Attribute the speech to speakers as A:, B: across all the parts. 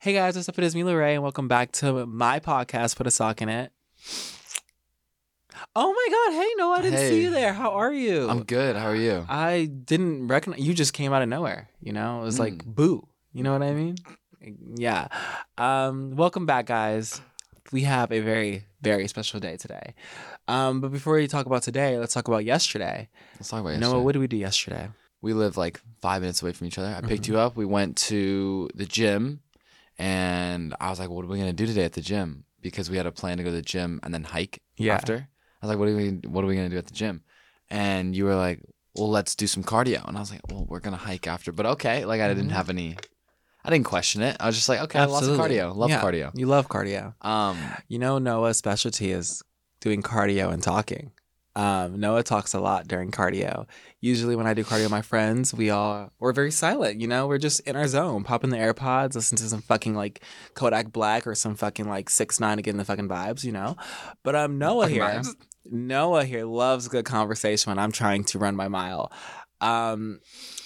A: Hey guys, what's up? It is Mila Ray, and welcome back to my podcast, Put a Sock in It. Oh my god, hey, no, I didn't
B: Hey.
A: see you there. How are you?
B: I'm good. How are you?
A: I didn't recognize you, just came out of nowhere, you know? It was like,
B: Hmm.
A: boo, you know what I mean? Yeah. Um, welcome back, guys. We have a very, very special day today. Um, but before we talk about today, let's talk about yesterday.
B: Let's talk about yesterday.
A: Noah, what did we do yesterday?
B: we live like five minutes away from each other. I picked
A: Mm-hmm.
B: you up. We went to the gym, and I was like, "What are we gonna do today at the gym?" Because we had a plan to go to the gym and then hike
A: Yeah.
B: after. I was like, "What are we? What are we gonna do at the gym?" And you were like, "Well, let's do some cardio." And I was like, "Well, we're gonna hike after." But okay, like I didn't
A: Mhm.
B: have any. I didn't question it. I was just like, "Okay, lots
A: Absolutely.
B: of cardio. Love
A: Yeah.
B: cardio."
A: You love cardio.
B: Um,
A: You know, Noah's specialty is doing cardio and talking. Um, Noah talks a lot during cardio. Usually, when I do cardio with my friends, we all we're very silent. You know, we're just in our zone, popping the AirPods, listen to some fucking like Kodak Black or some fucking like Six Nine to get in the fucking vibes. You know, but um, Noah
B: Fucking
A: here,
B: vibes.
A: Noah here loves good conversation when I'm trying to run my mile. Um,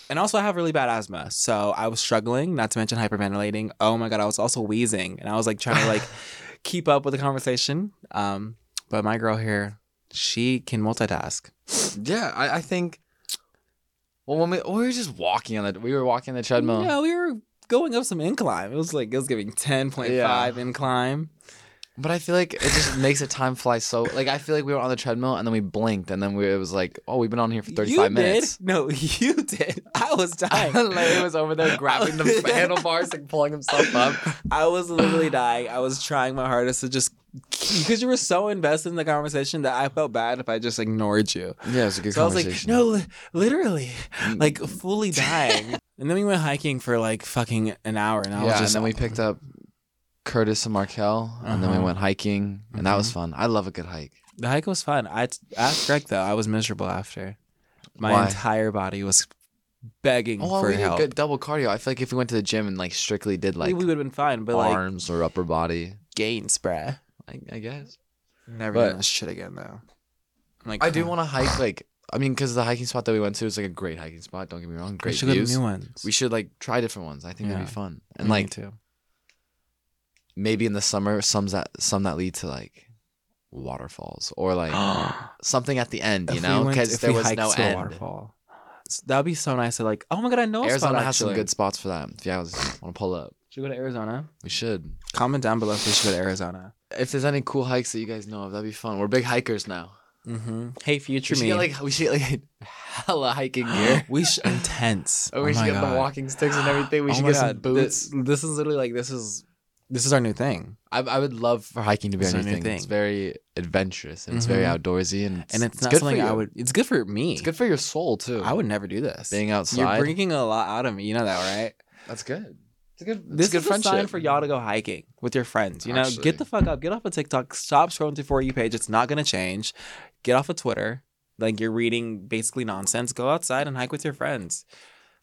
A: and also, I have really bad asthma, so I was struggling. Not to mention hyperventilating. Oh my god, I was also wheezing, and I was like trying to like keep up with the conversation. Um, but my girl here, she can multitask.
B: yeah, I, I think. Well, when we, we were just walking on the, we were walking on the treadmill.
A: Yeah, we were going up some incline. It was like it was giving ten point five incline.
B: But I feel like it just makes the time fly so. Like I feel like we were on the treadmill and then we blinked and then we it was like, oh, we've been on here for thirty
A: you
B: five minutes.
A: Did? No, you did. I was dying.
B: like he was over there grabbing the handlebars and pulling himself up.
A: I was literally dying. I was trying my hardest to just because you were so invested in the conversation that I felt bad if I just ignored you.
B: Yeah, it was a good
A: So I was like, no, li- literally,
B: Mm.
A: like fully dying. and then we went hiking for like fucking an hour, and I was
B: yeah,
A: just
B: and then we picked up Curtis and Markel, and then we
A: Uh-huh. Mm-hmm.
B: went hiking, and that was fun. I love a good hike.
A: The hike was fun. I asked Greg though. I was miserable after. My
B: Why?
A: entire body was begging
B: Oh, well,
A: Mm-hmm. for
B: we did
A: help.
B: good double cardio. I feel like if we went to the gym and like strictly did
A: We-
B: like
A: we would have been fine, but like
B: arms or upper body,
A: gains, bruh.
B: I, I guess.
A: Never
B: But-
A: doing this shit again though. I'm like
B: I do
A: "Huh,
B: want to hike like. I mean, because the hiking spot that we went to is like a great hiking spot. Don't get me wrong,
A: we
B: great
A: should
B: views.
A: go to new ones.
B: We should like try different ones. I think
A: Yeah. Mm-hmm.
B: that'd be fun. And
A: Me
B: like
A: too.
B: maybe in the summer, some that some that lead to like waterfalls or like something at the end, you
A: If
B: know,
A: we went-
B: because
A: if
B: there
A: we
B: was
A: hiked
B: no
A: to a
B: end.
A: waterfall. So that'd be so nice to like. Oh my god, I know a spot,
B: Arizona has some
A: actually.
B: good spots for that. If you guys want to pull up,
A: Should we go to Arizona?
B: we should.
A: Comment down below if we should go to Arizona.
B: If there's any cool hikes that you guys know of, that'd be fun. We're big hikers now.
A: Mm-hmm. Hey, future
B: We should
A: me.
B: get like we should get, like hella hiking gear.
A: we should intense.
B: Oh, we should
A: my
B: get
A: God.
B: the walking sticks and everything. We
A: Oh
B: should
A: my
B: get some
A: God, this-
B: boots.
A: This, is literally like this is this is our new thing,
B: I, I would love for hiking to be
A: It's
B: our
A: our
B: new
A: new
B: thing. It's
A: thing.
B: very adventurous and it's very
A: Mhm.
B: outdoorsy and it's,
A: and it's, not
B: good for
A: something I
B: you.
A: would. It's good for me.
B: It's good for your soul too.
A: I would never do this.
B: being outside.
A: You're bringing a lot out of me. You know that, right?
B: That's good. It's a good.
A: This is a sign for y'all to go hiking with your friends. You know,
B: Actually.
A: get the fuck up, get off of TikTok, stop scrolling through for you page. It's not gonna change. Get off of Twitter. Like you're reading basically nonsense. Go outside and hike with your friends.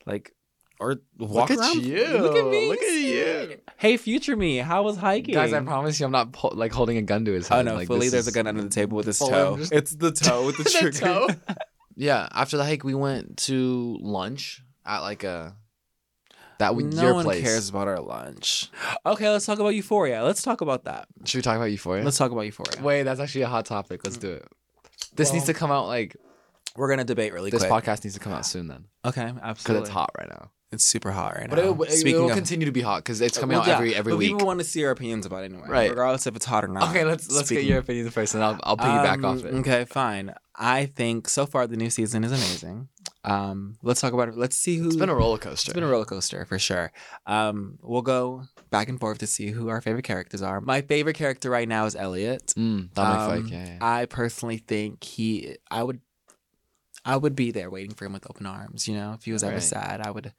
A: Like, or walk
B: at
A: around.
B: you.
A: Look at me.
B: Look at you.
A: Hey, future me. How was hiking?
B: guys. I promise you, I'm not po- like holding a gun to his head.
A: Oh no,
B: like,
A: fully
B: this
A: there's a
B: is-
A: gun under the table with his
B: Fully,
A: toe.
B: I'm just-
A: It's the toe with the,
B: The
A: trigger.
B: toe. Yeah. After the hike, we went to lunch at like a that w-
A: no
B: your
A: one
B: place.
A: cares about our lunch. Okay, let's talk about Euphoria. Let's talk about that.
B: Should we talk about Euphoria?
A: Let's talk about Euphoria.
B: Wait, that's actually a hot topic. Let's do it. This needs
A: Well,
B: to come out like
A: We're gonna debate really
B: this
A: quick.
B: podcast needs to come out soon then
A: okay,
B: because
A: absolutely.
B: it's hot right now.
A: It's super hot right
B: But
A: now.
B: it, it,
A: Speaking
B: will
A: of Uh,
B: continue to be hot because it's coming
A: Well,
B: out
A: yeah,
B: every every
A: but
B: week.
A: people want to see our opinions about it anyway,
B: Right.
A: regardless if it's hot or not.
B: Okay, let's let's
A: Speaking-
B: get your opinions first, and I'll I'll piggyback
A: Um,
B: off it.
A: Okay, fine. I think so far the new season is amazing. Um, let's talk about it. Let's see who
B: It's been a roller coaster.
A: It's been a roller coaster for sure. Um, we'll go back and forth to see who our favorite characters are. My favorite character right now is Elliot.
B: Mm, Dominic
A: Um,
B: Fike, yeah, yeah.
A: I personally think he, I would, I would be there waiting for him with open arms. You know, if he was ever
B: Right.
A: sad, I would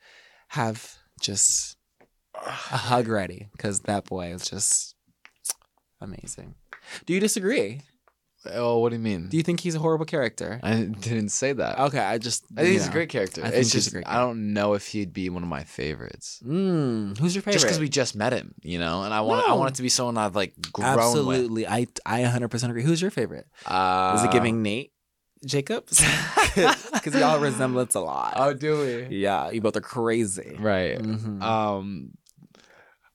A: have just a hug ready because that boy is just amazing. Do you disagree?
B: Oh, what do you mean?
A: Do you think he's a horrible character?
B: I didn't say that.
A: Okay, I just
B: I think
A: you
B: he's a
A: know.
B: great character.
A: I think
B: it's
A: he's
B: just
A: a great
B: I don't know if he'd be one of my favorites.
A: Mm, who's your favorite?
B: Just because we just met him, you know, and I want I
A: No.
B: want it to be someone I've like grown with.
A: absolutely, I I 100% agree. Who's your favorite?
B: Uh,
A: Is it giving Nate Jacobs? Because y'all resemblance a lot.
B: oh, do we?
A: Yeah, you both are crazy.
B: Right.
A: Mhm.
B: Um,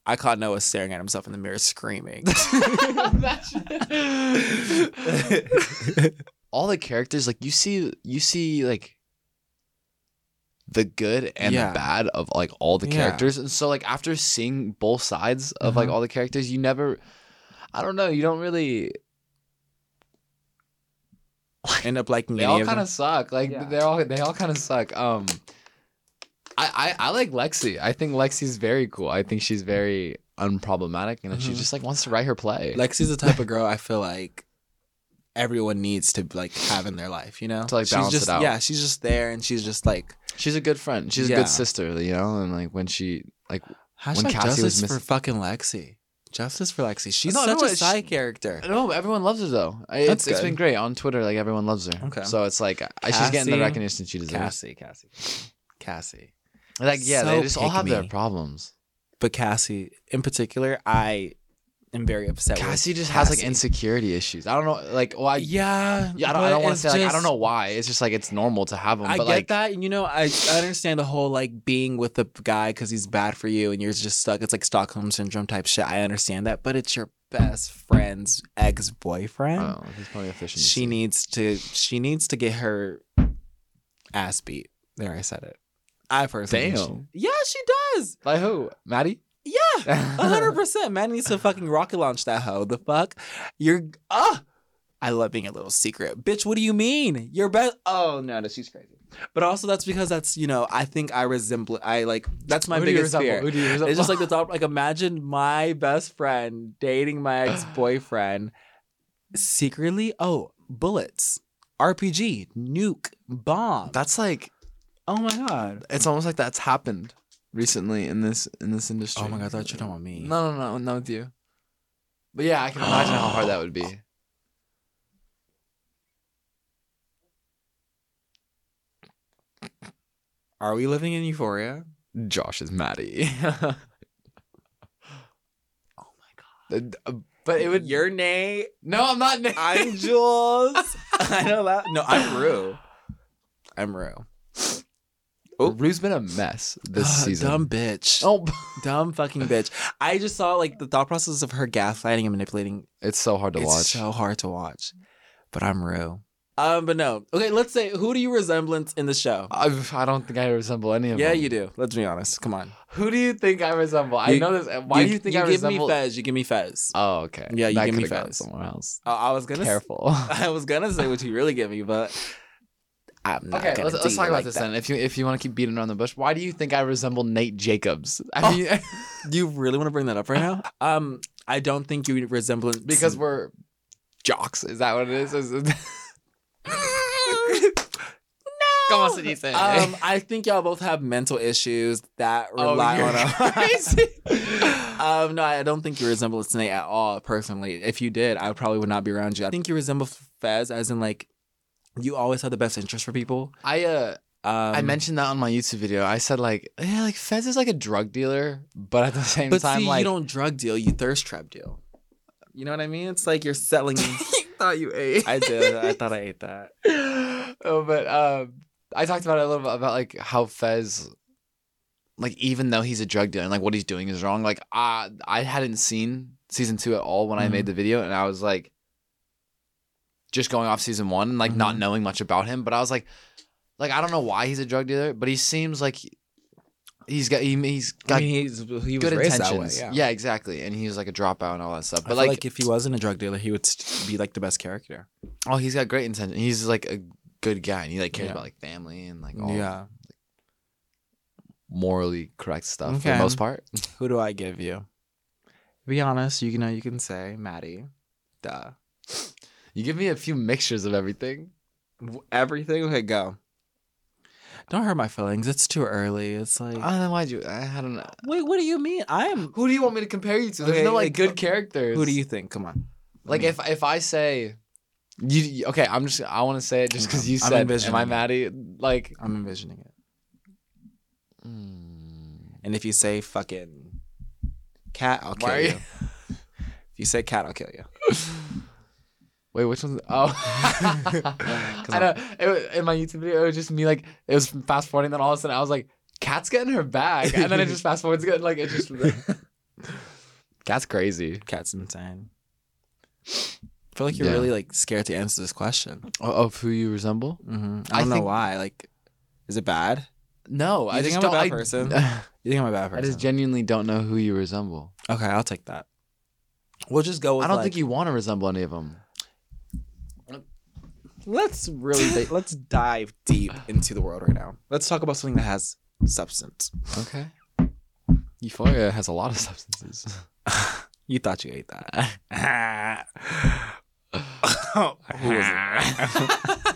A: I caught Noah staring at himself in the mirror, screaming.
B: all the characters like you see you see like the good and
A: Yeah.
B: the bad of like all the
A: Yeah.
B: characters and so like after seeing both sides of like
A: Mhm.
B: all the characters you never i don't know you don't really
A: End up liking
B: they
A: any
B: all
A: of
B: kind
A: them.
B: of suck like
A: Yeah.
B: they're all they all kind of suck um I, I i like lexi i think lexi's very cool i think she's very unproblematic and she
A: Mhm.
B: just like wants to write her play like
A: Lexi's the type of girl I feel like everyone needs to like have in their life, you know?
B: To, like,
A: she's
B: balance it
A: just,
B: out.
A: Yeah, she's just there and she's just like
B: she's a good friend she's a
A: Yeah.
B: good sister you know and like when she like When
A: hashtag
B: Cassie was
A: justice for
B: missing-
A: fucking Lexi. Justice for Lexi. She's
B: No,
A: such
B: no,
A: a
B: she-
A: side character.
B: No, everyone loves her though. I-
A: That's
B: It's, it's
A: good.
B: been great on Twitter. Like everyone loves her.
A: Okay.
B: So it's like I she's getting the
A: Cassie-
B: recognition she deserves.
A: Cassie, Cassie. Cassie.
B: Like yeah,
A: So
B: they just all have their
A: pick me.
B: problems.
A: But Cassie in particular, I am very upset with.
B: Cassie just has like
A: Cassie.
B: insecurity issues. I don't know. Like why?
A: Yeah.
B: yeah, I don't,
A: but
B: I don't want to
A: it's
B: say like I don't
A: just-
B: know why. It's just like it's normal to have them.
A: I
B: but
A: get
B: like
A: that, and you know, I, I understand the whole like being with the guy because he's bad for you, and you're just stuck. It's like Stockholm syndrome type shit. I understand that, but it's your best friend's ex boyfriend.
B: oh, he's probably a fish. in the
A: she
B: sea.
A: needs to. She needs to get her ass beat. There, I said it. I personally. think she-
B: Damn.
A: yeah, she does.
B: Like who? Maddie.
A: Yeah. A hundred percent. Man needs to fucking rocket launch that hoe. The fuck, you're ah. I love being a little secret, bitch. What do you mean? You're best. Oh no, no, she's crazy. But also that's because that's you know I think I resemble. I like that's my
B: Who do you
A: biggest
B: resemble?
A: fear.
B: Who do you resemble?
A: It's just like the thought. Like imagine my best friend dating my ex boyfriend secretly. Oh, bullets, RPG, nuke, bomb.
B: that's like
A: oh my god.
B: it's almost like that's happened recently in this in this industry.
A: Oh my god, I thought you were talking about me.
B: No, no, no, not with you. But yeah, I can imagine how hard that would be.
A: Are we living in euphoria?
B: Josh is Maddie. oh my god. uh, But it would.
A: Your name.
B: no, I'm not.
A: I'm Jules. I know that. No, I'm Rue. I'm Rue. Oh.
B: Rue's been a mess this
A: Ugh,
B: season.
A: Dumb bitch.
B: Oh,
A: Dumb fucking bitch. I just saw like the thought process of her gaslighting and manipulating.
B: it's so hard to
A: it's
B: watch.
A: so hard to watch. But I'm Rue. Um, but no. Okay, let's say who do you resemblance in the show?
B: I've, I don't think I resemble any of
A: yeah,
B: them.
A: you do. Let's be honest. Come on.
B: Who do you think I resemble? I
A: You-
B: know this. Why do you think I
A: give
B: resemble?
A: me Fez? You give me Fez.
B: Oh, okay.
A: Yeah, you
B: that
A: give me
B: could've gone
A: Fez.
B: somewhere else.
A: Uh, I was gonna. s-
B: Careful.
A: I was gonna say what you really give me, but I'm not.
B: Okay,
A: gonna
B: let's,
A: do
B: let's
A: you
B: talk about
A: like
B: this
A: that.
B: then. If you if you want to keep beating around the bush, why do you think I resemble Nate Jacobs? I
A: Oh.
B: mean,
A: Do you really want to bring that up right now? Um, I don't think you resemble
B: because we're jocks. Is that what it is? Is it- ¿Cómo se dice?
A: Um, I think y'all both have mental issues that
B: Oh,
A: rely
B: you're
A: on
B: crazy.
A: a. um, no, I don't think you resemble Snake at all, personally. If you did, I probably would not be around you. I think you resemble Fez, as in like, you always have the best interest for people.
B: I uh
A: Um,
B: I mentioned that on my YouTube video. I said like yeah, like Fez is like a drug dealer, but at the same
A: but
B: time
A: see,
B: like
A: you don't drug deal, you thirst trap deal. You know what I mean? It's like you're selling.
B: thought you ate.
A: I did. I thought I ate that.
B: oh, but um, I talked about it a little bit about like how Fez, like even though he's a drug dealer and like what he's doing is wrong, like I I hadn't seen season two at all when I
A: Mhm.
B: made the video, and I was like, just going off season one and like not
A: Mhm.
B: knowing much about him, but I was like, like I don't know why he's a drug dealer, but he seems like he's got he, he's got.
A: I mean, he's, he was
B: Good
A: raised
B: intentions,
A: that way.
B: yeah. exactly, and he was like a dropout and all that stuff.
A: I
B: But
A: feel
B: like,
A: like, if he wasn't a drug dealer, he would st- be like the best character.
B: oh, he's got great intention. He's like a good guy, and he like cares
A: Yeah.
B: about like family and like
A: oh,
B: all morally correct stuff for the
A: Okay.
B: most part.
A: Who do I give you? Be honest. You know you can say Maddie. Duh.
B: You give me a few mixtures of everything.
A: W- Everything. Okay, go. Don't hurt my feelings. It's too early. It's like.
B: I don't know why you. I I don't know.
A: wait. What do you mean? I'm.
B: Who do you want me to compare you to? There's
A: Okay,
B: no like
A: like,
B: good characters.
A: Who do you think? Come on.
B: like? If if I say, you you- okay? I'm just. I want to say it just because you
A: I'm
B: said. Am
A: envisioning
B: I
A: it.
B: Maddie? Like.
A: I'm envisioning it. And if you say fucking cat, I'll kill
B: Why are
A: you.
B: you-
A: if you say cat, I'll kill you.
B: Wait, which one's Oh, I know. It, wa- in my YouTube video, it was just me like it was fast forwarding. Then all of a sudden, I was like, "Cat's getting her bag," and then it just fast forwards again. Like it just. Cat's crazy.
A: Cat's insane. I feel like you're
B: Yeah.
A: really like scared to answer this question.
B: O- Of who you resemble?
A: Mm-hmm. I
B: I
A: don't know
B: think-
A: why. Like, is it bad?
B: No,
A: You
B: I
A: think
B: just
A: I'm a
B: don't.
A: bad
B: I-
A: person?
B: I
A: You think I'm a bad person?
B: just genuinely don't know who you resemble.
A: okay, I'll take that. We'll just go with.
B: I don't
A: like-
B: think you want to resemble any of them.
A: Let's really di- let's dive deep into the world right now. Let's talk about something that has substance.
B: Okay. Euphoria has a lot of substances.
A: You thought you ate that. Who was it?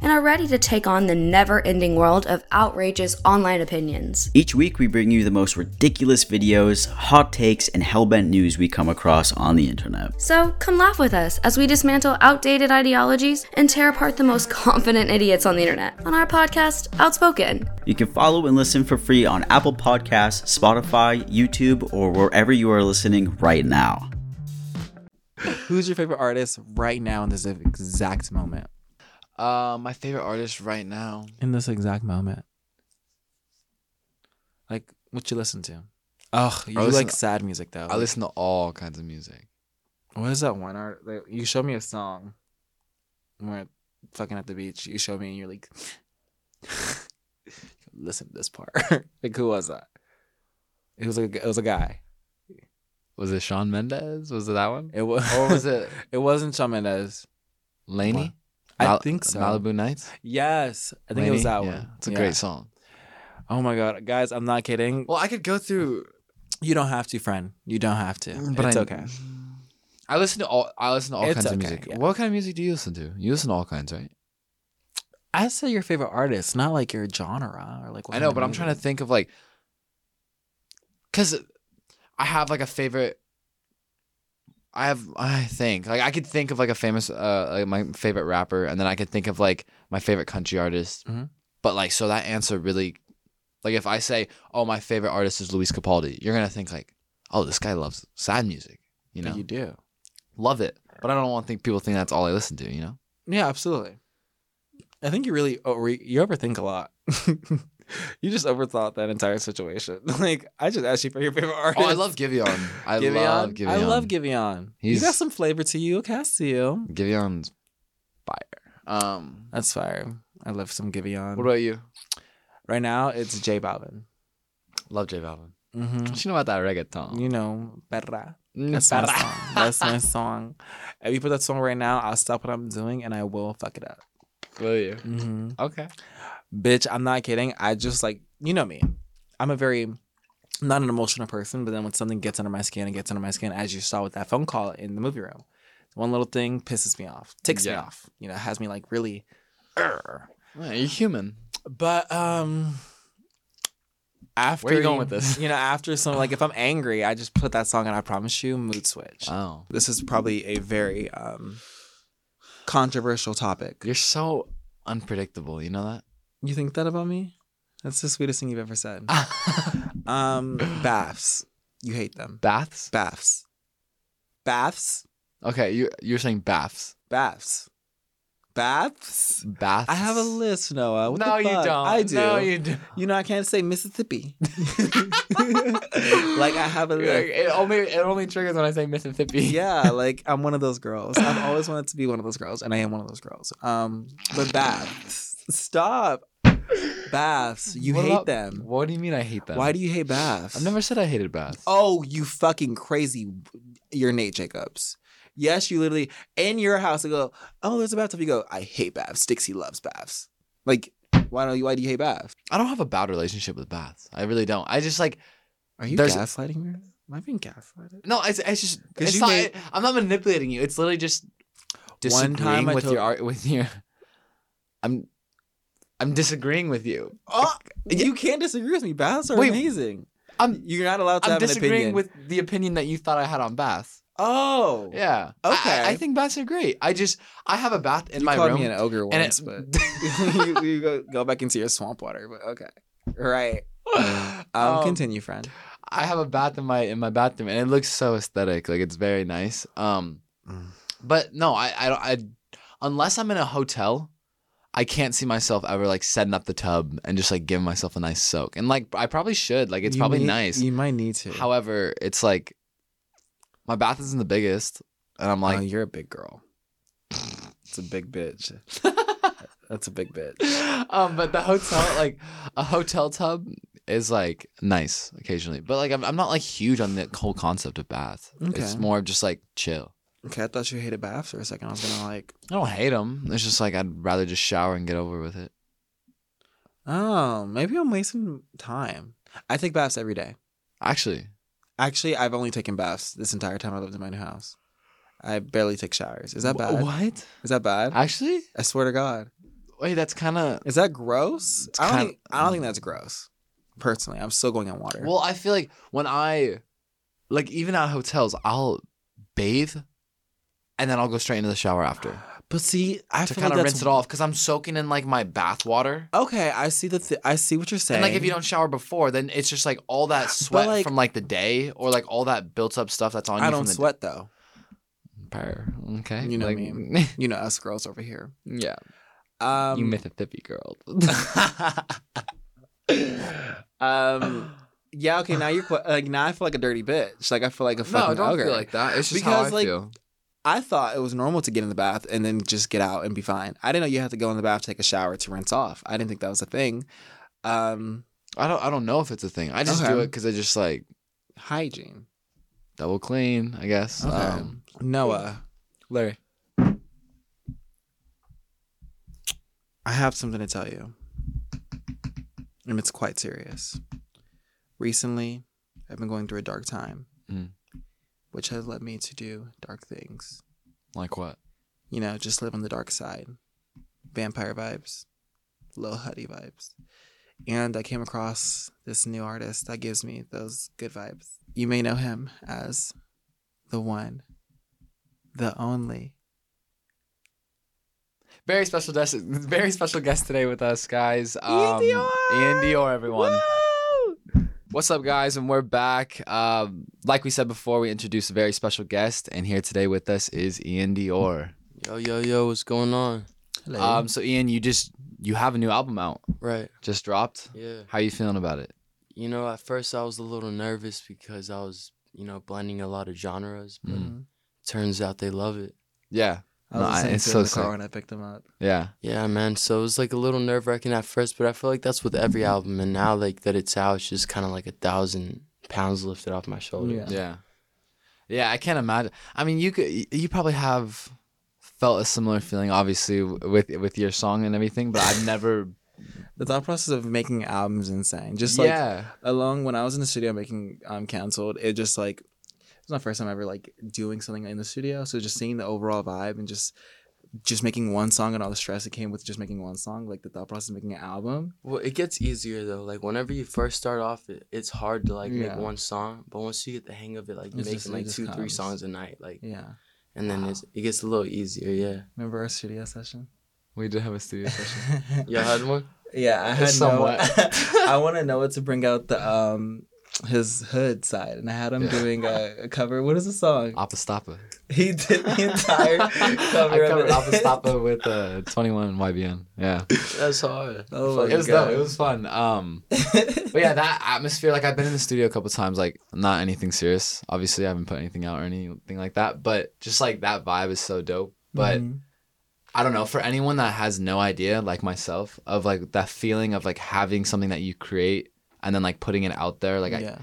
C: and are ready to take on the never ending world of outrageous online opinions.
D: Each week, we bring you the most ridiculous videos, hot takes, and hellbent news we come across on the internet.
C: So come laugh with us as we dismantle outdated ideologies and tear apart the most confident idiots on the internet on our podcast, Outspoken.
D: You can follow and listen for free on Apple Podcasts, Spotify, YouTube, or wherever you are listening right now.
A: Who's your favorite artist right now in this exact moment?
B: Uh, my favorite artist right now.
A: In this exact moment, like what you listen to? Ugh, you
B: listen-
A: like sad music though.
B: I listen to all kinds of music.
A: What is that one art? Like, you show me a song. when We're fucking at the beach. You show me, and you're like, listen to this part. like, who was that? It was a it was a guy.
B: Was it Sean Mendez? Was it that one?
A: It was.
B: Or Oh, was it
A: It wasn't Shawn Mendes.
B: Laney?
A: I
B: Mal-
A: think so.
B: Malibu Nights.
A: Yes, I think it was that
B: Lainey? Yeah,
A: one.
B: It's a
A: Yeah.
B: great song.
A: Oh my god, guys, I'm not kidding.
B: Well, I could go through,
A: You don't have to, friend. You don't have to.
B: but
A: it's
B: I-
A: okay.
B: I listen to all. I listen to all
A: It's
B: kinds of
A: okay,
B: music.
A: yeah.
B: What kind of music do you listen to? You listen to all kinds, right?
A: I say your favorite artist, not like your genre or like. What
B: I
A: kind
B: know,
A: of
B: but I'm trying to
A: music.
B: think of like, cause I have like a favorite. I have, I think, like I could think of like a famous, uh, like my favorite rapper, and then I could think of like my favorite country artist.
A: Mhm.
B: But like, so that answer really, like, if I say, "Oh, my favorite artist is Luis Capaldi," you're gonna think like, "Oh, this guy loves sad music," you know,
A: You do.
B: love it. But I don't want to think people think that's all I listen to, you know.
A: Yeah, absolutely. I think you really over, you overthink a lot. you just overthought that entire situation. Like I just asked you for your favorite artist.
B: Oh, I love Giveon. I
A: Giveon.
B: love Giveon.
A: I love Giveon. You
B: He's-
A: got some flavor to you, Cassio.
B: Giveon's fire. Um,
A: That's fire. I love some Giveon.
B: What about you?
A: right now, it's J Balvin.
B: Love J Balvin.
A: hmm
B: What you know about that reggaeton?
A: You know, Berra.
B: Oh. Mm,
A: That's my
B: para.
A: song. That's my song. If you put that song right now, I'll stop what I'm doing and I will fuck it up.
B: Will you?
A: hmm
B: Okay.
A: Bitch, I'm not kidding. I just like, you know me. I'm a very, I'm not an emotional person, but then when something gets under my skin, it gets under my skin, as you saw with that phone call in the movie room. One little thing pisses me off, ticks me
B: Yeah.
A: off, you know, has me like really. "Arr."
B: Yeah, you're human.
A: But, um, after
B: you going with this?
A: You know, after some, like, if I'm angry, I just put that song and I promise you, mood switch.
B: Oh,
A: this is probably a very um, controversial topic.
B: you're so unpredictable. You know
A: You think that about me? That's the sweetest thing you've ever said.
B: that?
A: Um, baths. You hate them.
B: baths.
A: Baths. Baths.
B: Okay, you you're saying baths.
A: Baths. Baths.
B: Baths.
A: I have a list, Noah. What
B: no,
A: the
B: you
A: fuck?
B: don't.
A: I do.
B: No, you don't.
A: You know, I can't say Mississippi. like I have a list.
B: It only it only triggers when I say Mississippi.
A: yeah, like I'm one of those girls. I've always wanted to be one of those girls, and I am one of those girls. Um, but baths, stop. Baths, you
B: What
A: hate
B: about-
A: them.
B: What do you mean I hate them?
A: Why do you hate baths?
B: I've never said I hated baths.
A: Oh, you fucking crazy! You're Nate Jacobs. Yes, you literally in your house. They go, oh, there's a bathtub. You go, I hate baths. Dixie loves baths. Like, why don't you? Why do you hate baths?
B: I don't have a bad relationship with baths. I really don't. I just like
A: Are you
B: There's-
A: gaslighting me? Am I being gaslighted?
B: no. It's, it's just
A: 'Cause
B: it's
A: you
B: not,
A: made-
B: I'm not manipulating you. It's literally just disagreeing
A: One time I
B: with
A: told-
B: your art with your. I'm, I'm disagreeing with you.
A: Oh, you can't disagree with me. Baths are
B: Wait.
A: amazing.
B: I'm
A: You're not allowed to
B: I'm
A: have an
B: disagreeing
A: opinion.
B: with the opinion that you thought I had on baths.
A: oh,
B: Yeah. I- I-
A: Okay.
B: I, think baths are great. I just I have a bath in
A: You
B: my
A: called
B: room.
A: me an ogre
B: and
A: once,
B: it-
A: but you, you go, go back into your swamp water. But okay, right. Um,
B: Um,
A: continue, friend.
B: I have a bath in my in my bathroom, and it looks so aesthetic. Like it's very nice. Um,
A: Mm.
B: but no, I I don't. I, unless I'm in a hotel, I can't see myself ever like setting up the tub and just like giving myself a nice soak. And like I probably should. Like it's
A: You
B: probably
A: need-
B: nice.
A: You might need to.
B: However, it's like my bath isn't the biggest, and I'm
A: Like
B: like
A: Oh, you're a big girl. It's a big bitch. That's a big bitch.
B: um, but the hotel, like a hotel tub, is like nice occasionally. But like I'm, I'm not like huge on the whole concept of bath. It's
A: Okay.
B: more of just like chill.
A: Okay, I thought you hated baths for a second. I was gonna like,
B: I don't hate them. It's just like I'd rather just shower and get over with it.
A: oh, maybe I'm wasting time. I take baths every day.
B: Actually,
A: Actually, I've only taken baths this entire time I lived in my new house. I barely take showers. Is that
B: Wh-
A: bad? Is
B: What?
A: that bad? I,
B: Actually,
A: swear to God.
B: wait. That's kind of.
A: Is that gross?
B: It's
A: I don't,
B: kind-
A: think, I don't think that's gross. Personally, I'm still going on water.
B: Well, I feel like when I, like even at hotels, I'll bathe, and then I'll go straight into the shower after
A: but see, I
B: to
A: feel
B: kind of
A: like
B: rinse
A: that's-
B: it off because I'm soaking in like my bath water.
A: Okay, I see the. Th- I see what you're saying.
B: And like if you don't shower before, then it's just like all that sweat
A: like-
B: from like the day or like all that built up stuff that's on you.
A: I don't
B: from
A: sweat though.
B: The Empire. Okay.
A: You know
B: like,
A: what I You know, us girls over here.
B: yeah.
A: Um,
B: you Mississippi girl.
A: um, yeah. Okay. Now you're qu- like now I feel like a dirty bitch. Like I feel like a
B: no,
A: fucking
B: don't
A: ogre.
B: feel like that. It's just
A: Because,
B: how I
A: like,
B: feel.
A: I thought it was normal to get in the bath and then just get out and be fine. I didn't know you had to go in the bath, take a shower to rinse off. I didn't think that was a thing. Um,
B: I don't. I don't know if it's a thing. I just do
A: Okay.
B: it because I just like
A: hygiene.
B: double clean. I guess. Um,
A: Um, Noah,
B: Larry.
A: I have something to tell you, and it's quite serious. Recently, I've been going through a dark time,
B: Mm.
A: which has led me to do dark things.
B: Like what?
A: you know, just live on the dark side. Vampire vibes, Lil Huddy vibes. And I came across this new artist that gives me those good vibes. You may know him as the one, the only.
B: Very special guest. Very special guest today with us, guys. Um,
A: Dior!
B: Ian Dior, everyone. What's up, guys? And we're back. Um, like we said before, we introduced a very special guest, and here today with us is Ian Dior.
E: Yo, yo, yo, what's going on?
A: Hello.
B: Um, so Ian, you just you have a new album out,
E: Right.
B: just dropped.
E: Yeah.
B: How you feeling about it?
E: You know, at first I was a little nervous because I was, you know, blending a lot of genres, but
A: Mm-hmm.
B: Mm.
E: turns out they love it.
B: Yeah,
A: I was
B: no, I-
A: listening
B: it's
A: to
B: so
A: him in the car
B: sick.
A: when I picked him up.
B: yeah.
E: Yeah, man. So it was like a little nerve wracking at first, but I feel like that's with every album. And now, like, that it's out, it's just kind of like a thousand pounds lifted off my shoulders.
A: Yeah.
B: Yeah. Yeah, I can't imagine. I mean, you could you probably have felt a similar feeling obviously w- with with your song and everything, but I've never
A: The thought process of making albums insane. Just like
B: yeah.
A: along when I was in the studio making um canceled, it just like it was my first time ever like doing something in the studio. So just seeing the overall vibe and just just making one song and all the stress that came with just making one song, like the thought process of making an album.
E: Well, it gets easier, though. Like, whenever you first start off, it, it's hard to, like,
A: Yeah.
E: make one song. But once you get the hang of it, like,
A: It's
E: you're making,
A: just- it
E: like,
A: just
E: two, three
A: comes.
E: songs a night. Like,
A: Yeah.
E: and then it's, it gets a little easier. Yeah.
A: Remember our studio session?
B: We did have a studio session.
E: Y'all had one?
A: yeah, I had no
B: Somewhat.
A: I wanna know what to bring out the um his hood side and I had him
B: Yeah.
A: doing a, a cover. What is the song?
B: Apostapa.
A: He did the entire cover
B: I covered
A: of it.
B: Apostapa with uh, 21 YBN. Yeah.
E: That's hard.
A: Oh
E: Fuck
A: my
B: It was dope. It was fun. Um, but yeah, that atmosphere. Like I've been in the studio a couple times. Like not anything serious. Obviously, I haven't put anything out or anything like that. But just like that vibe is so dope. But
A: Mhm.
B: I don't know. For anyone that has no idea, like myself, of like that feeling of like having something that you create and then like putting it out there. Like I
A: yeah.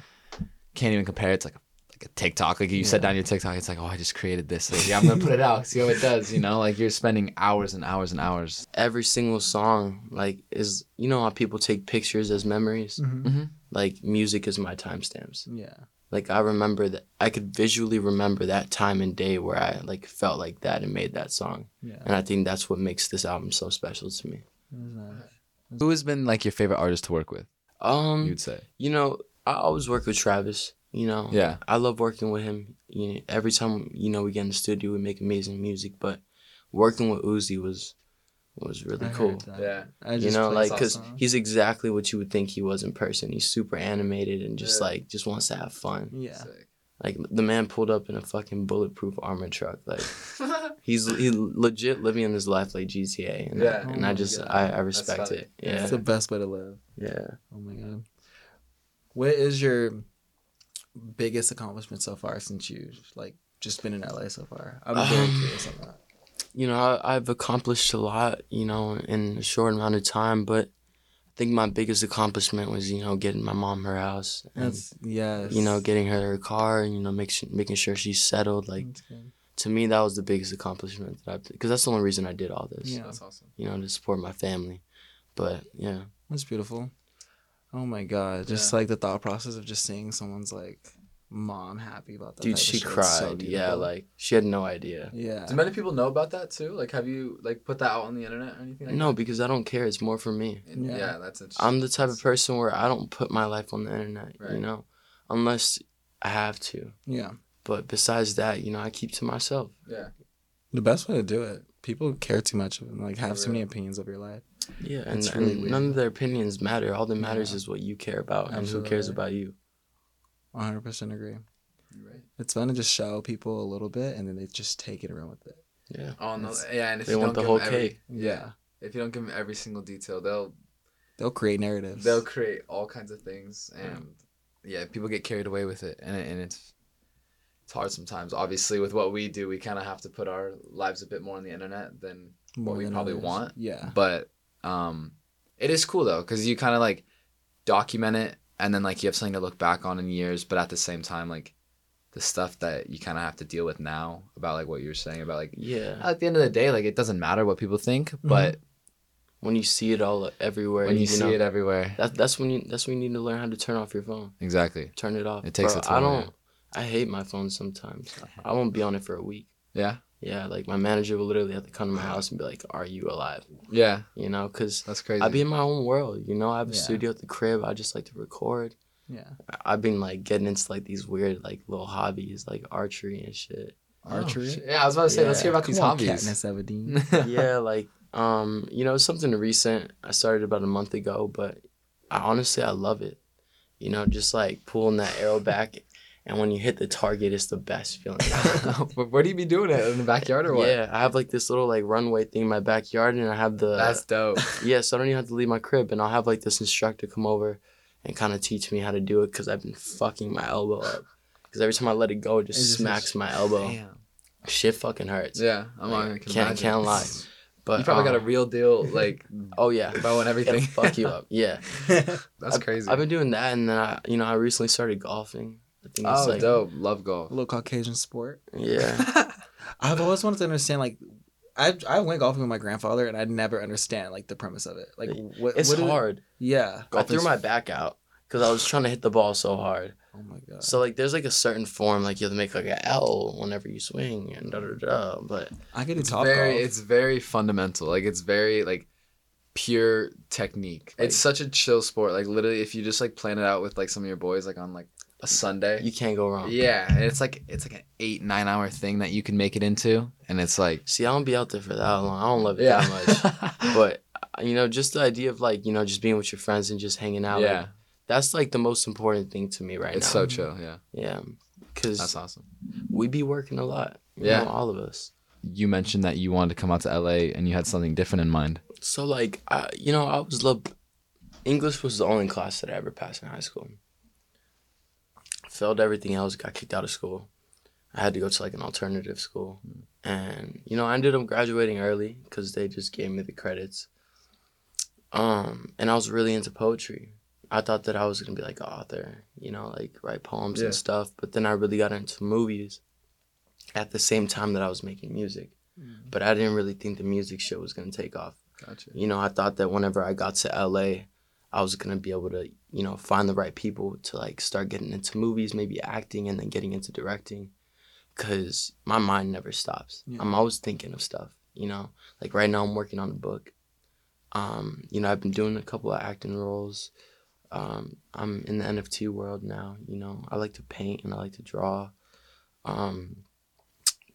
B: can't even compare. It's like a like a TikTok. Like you set down your TikTok, it's like, oh, I just created this. Like, yeah, I'm gonna put it out. See how it does. You know, like you're spending hours and hours and hours.
E: Every single song, like, is you know how people take pictures as memories.
B: Mm-hmm.
E: Like music is my timestamps.
A: Yeah.
E: Like I remember that I could visually remember that time and day where I like felt like that and made that song.
A: Yeah.
E: And I think that's what makes this album so special to me.
B: Who has been like your favorite artist to work with?
E: Um,
B: You'd say.
E: you know, I always work with Travis. You know,
B: Yeah.
E: I love working with him. You know, every time you know we get in the studio, we make amazing music. But working with Uzi was was really cool.
B: Yeah.
A: I
E: You know, like because he's exactly what you would think he was in person. He's super animated and just like just wants to have fun.
A: yeah.
E: Like the man pulled up in a fucking bulletproof armored truck. Like he's he legit living in his life like GTA. And,
B: Yeah.
E: and I just I, I respect
B: valid.
E: it. Yeah,
A: It's the best way to live.
E: yeah.
A: Oh my god. What is your biggest accomplishment so far since you've like just been in LA so far? I'm very curious on that.
E: you know, I, I've accomplished a lot, you know, in a short amount of time, but I think my biggest accomplishment was, you know, getting my mom her house and,
A: That's yes.
E: you know, getting her her car and, you know, make, su- making sure she's settled. Like,
A: That's good.
E: to me, that was the biggest accomplishment that I've, because that's the only reason I did all this,
A: Yeah.
B: awesome.
E: you know, to support my family. But yeah,
A: That's beautiful. Oh my god. Just like the thought process of just seeing someone's like mom happy about that.
E: dude,
A: type of
E: she
A: shit. It's so
E: cried. yeah,
A: beautiful.
E: like she had no idea.
A: Yeah.
B: many people know about that too? Like, have you like put that out on the internet or anything?
E: No, because I don't care. It's more for me.
A: Yeah. Yeah,
B: that's
E: I'm the type of person where I don't put my life on the internet,
B: Right.
E: you know, unless I have to.
A: Yeah.
E: But besides that, you know, I keep to myself.
B: Yeah.
A: The best way to do it. People care too much and like have so many opinions of your life.
E: Yeah, and,
A: It's really
E: and
A: weird.
E: none of their opinions matter. All that matters is what you care about and who cares
A: Absolutely.
E: about you.
A: 100% agree.
B: right.
A: It's fun to just show people a little bit and then they just take it and run with it.
E: Yeah.
B: Oh no. Yeah, and if
E: They
B: you
E: want
B: don't
E: the
B: give
E: whole
B: them every-
E: cake.
A: Yeah.
B: If you don't give them every single detail, they'll
A: They'll create narratives.
B: they'll create all kinds of things, and yeah, people get carried away with it, and it- and it's it's hard sometimes. Obviously, with what we do, we kind of have to put our lives a bit more on the internet than
A: More
B: what we
A: than
B: probably
A: others.
B: want.
A: Yeah.
B: But um, it is cool though, because you kind of like document it, and then like you have something to look back on in years. But at the same time, like the stuff that you kind of have to deal with now about like what you were saying about like
E: Yeah.
B: at the end of the day, like it doesn't matter what people think,
E: Mm-hmm.
B: but
E: When you see it all everywhere,
B: when you, see
E: know,
B: it uh, everywhere,
E: that, that's when you that's when you need to learn how to turn off your phone.
B: exactly.
E: Turn it off.
B: It takes
E: Bro,
B: a
E: I
B: toll, yeah.
E: don't I hate my phone sometimes. I- I won't be on it for a week.
B: Yeah,
E: Yeah, like my manager will literally have to come to my house and be like, "Are you alive?"
B: yeah,
E: You know, cuz
B: that's crazy.
E: I be in my own world, you know. I have a
A: Yeah.
E: studio at the crib. I just like to record.
A: Yeah.
E: I- I've been like getting into like these weird like little hobbies like archery and shit.
A: Archery?
B: Oh, shit. yeah, I was about to say, let's hear about
A: Come
B: these
A: on,
B: hobbies.
A: Katniss Everdeen.
E: yeah, like um, you know, something recent. I started about a month ago, but I honestly I love it. You know, just like pulling that arrow back, and when you hit the target, it's the best feeling.
B: But Where do you be doing it in the backyard or what?
E: yeah, I have like this little like runway thing in my backyard, and I have the
B: that's dope.
E: yeah, so I don't even have to leave my crib, and I'll have like this instructor come over and kind of teach me how to do it because I've been fucking my elbow up. Because every time I let it go, it just,
A: It just
E: smacks my elbow. Shit fucking hurts.
B: Yeah, I'm
E: Like,
B: on. Can
E: can't-
B: imagine.
E: can't lie. But
B: You probably got a
E: um,
B: real deal like
E: oh yeah,
B: bow and
E: it'll
B: everything.
E: fuck you up. Yeah.
B: That's
E: I've-
B: crazy.
E: I've been doing that, and then I, you know, I recently started golfing. I think it's
B: oh,
E: like,
B: dope. Love golf.
A: a little Caucasian sport.
E: yeah,
A: I've always wanted to understand, like, I, I went golfing with my grandfather and I'd never understand like the premise of it. Like what
E: it's
A: what do-
E: hard.
A: yeah.
E: I threw my back out because I was trying to hit the ball so hard.
A: Oh my
B: Uh.
A: god.
E: So like, there's like a certain form, like you have to make like a L whenever you swing, and da da da. But
A: I could do
B: It's
A: top
B: very,
A: golf.
B: it's very fundamental. Like it's very like pure technique. it's such a chill sport. Like literally, if you just like plan it out with like some of your boys, like on like a Sunday.
E: you can't go wrong.
B: yeah, and it's like it's like an eight nine hour thing that you can make it into, and it's like
E: See, I don't be out there for that long. I don't love it
B: yeah,
E: that much. But uh, you know, just the idea of like you know just being with your friends and just hanging out. like,
B: yeah,
E: that's like the most important thing to me right
B: it's
E: now.
B: so chill. Yeah,
E: yeah, because
B: that's awesome.
E: we be working a lot. you
B: Yeah.
E: know, all of us.
B: You mentioned that you wanted to come out to LA and you had something different in mind.
E: So like I, you know, I always loved English was the only class that I ever passed in high school. Failed everything else, got kicked out of school. I had to go to like an alternative school, and you know I ended up graduating early because they just gave me the credits. Um, and I was really into poetry, I thought that I was gonna be like an author, you know, like write poems
B: Yeah.
E: and stuff. But then I really got into movies at the same time that I was making music. But I didn't really think the music shit was gonna take off.
B: Gotcha.
E: You know, I thought that whenever I got to LA, I was gonna be able to, you know, find the right people to like start getting into movies, maybe acting, and then getting into directing, because my mind never stops.
A: Yeah.
E: I'm always thinking of stuff. You know, like right now I'm working on a book. Um, you know, I've been doing a couple of acting roles. Um, I'm in the NFT world now. You know, I like to paint and I like to draw. Um,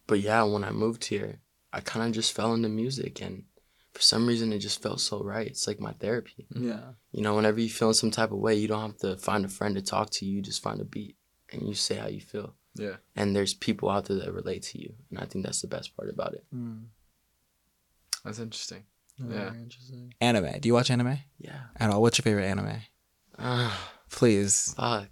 E: but yeah, when I moved here, I kind of just fell into music and for some reason it just felt so right. It's like my therapy.
A: Yeah.
E: You know, whenever you feel in some type of way, you don't have to find a friend to talk to. You just find a beat and you say how you feel.
B: Yeah.
E: And there's people out there that relate to you, and I think that's the best part about it.
B: That's interesting.
A: Yeah.
B: Yeah.
E: Interesting.
A: Anime. Do you watch anime
E: Yeah.
A: at all? What's your favorite anime?
E: Ah,
A: Please.
E: fuck.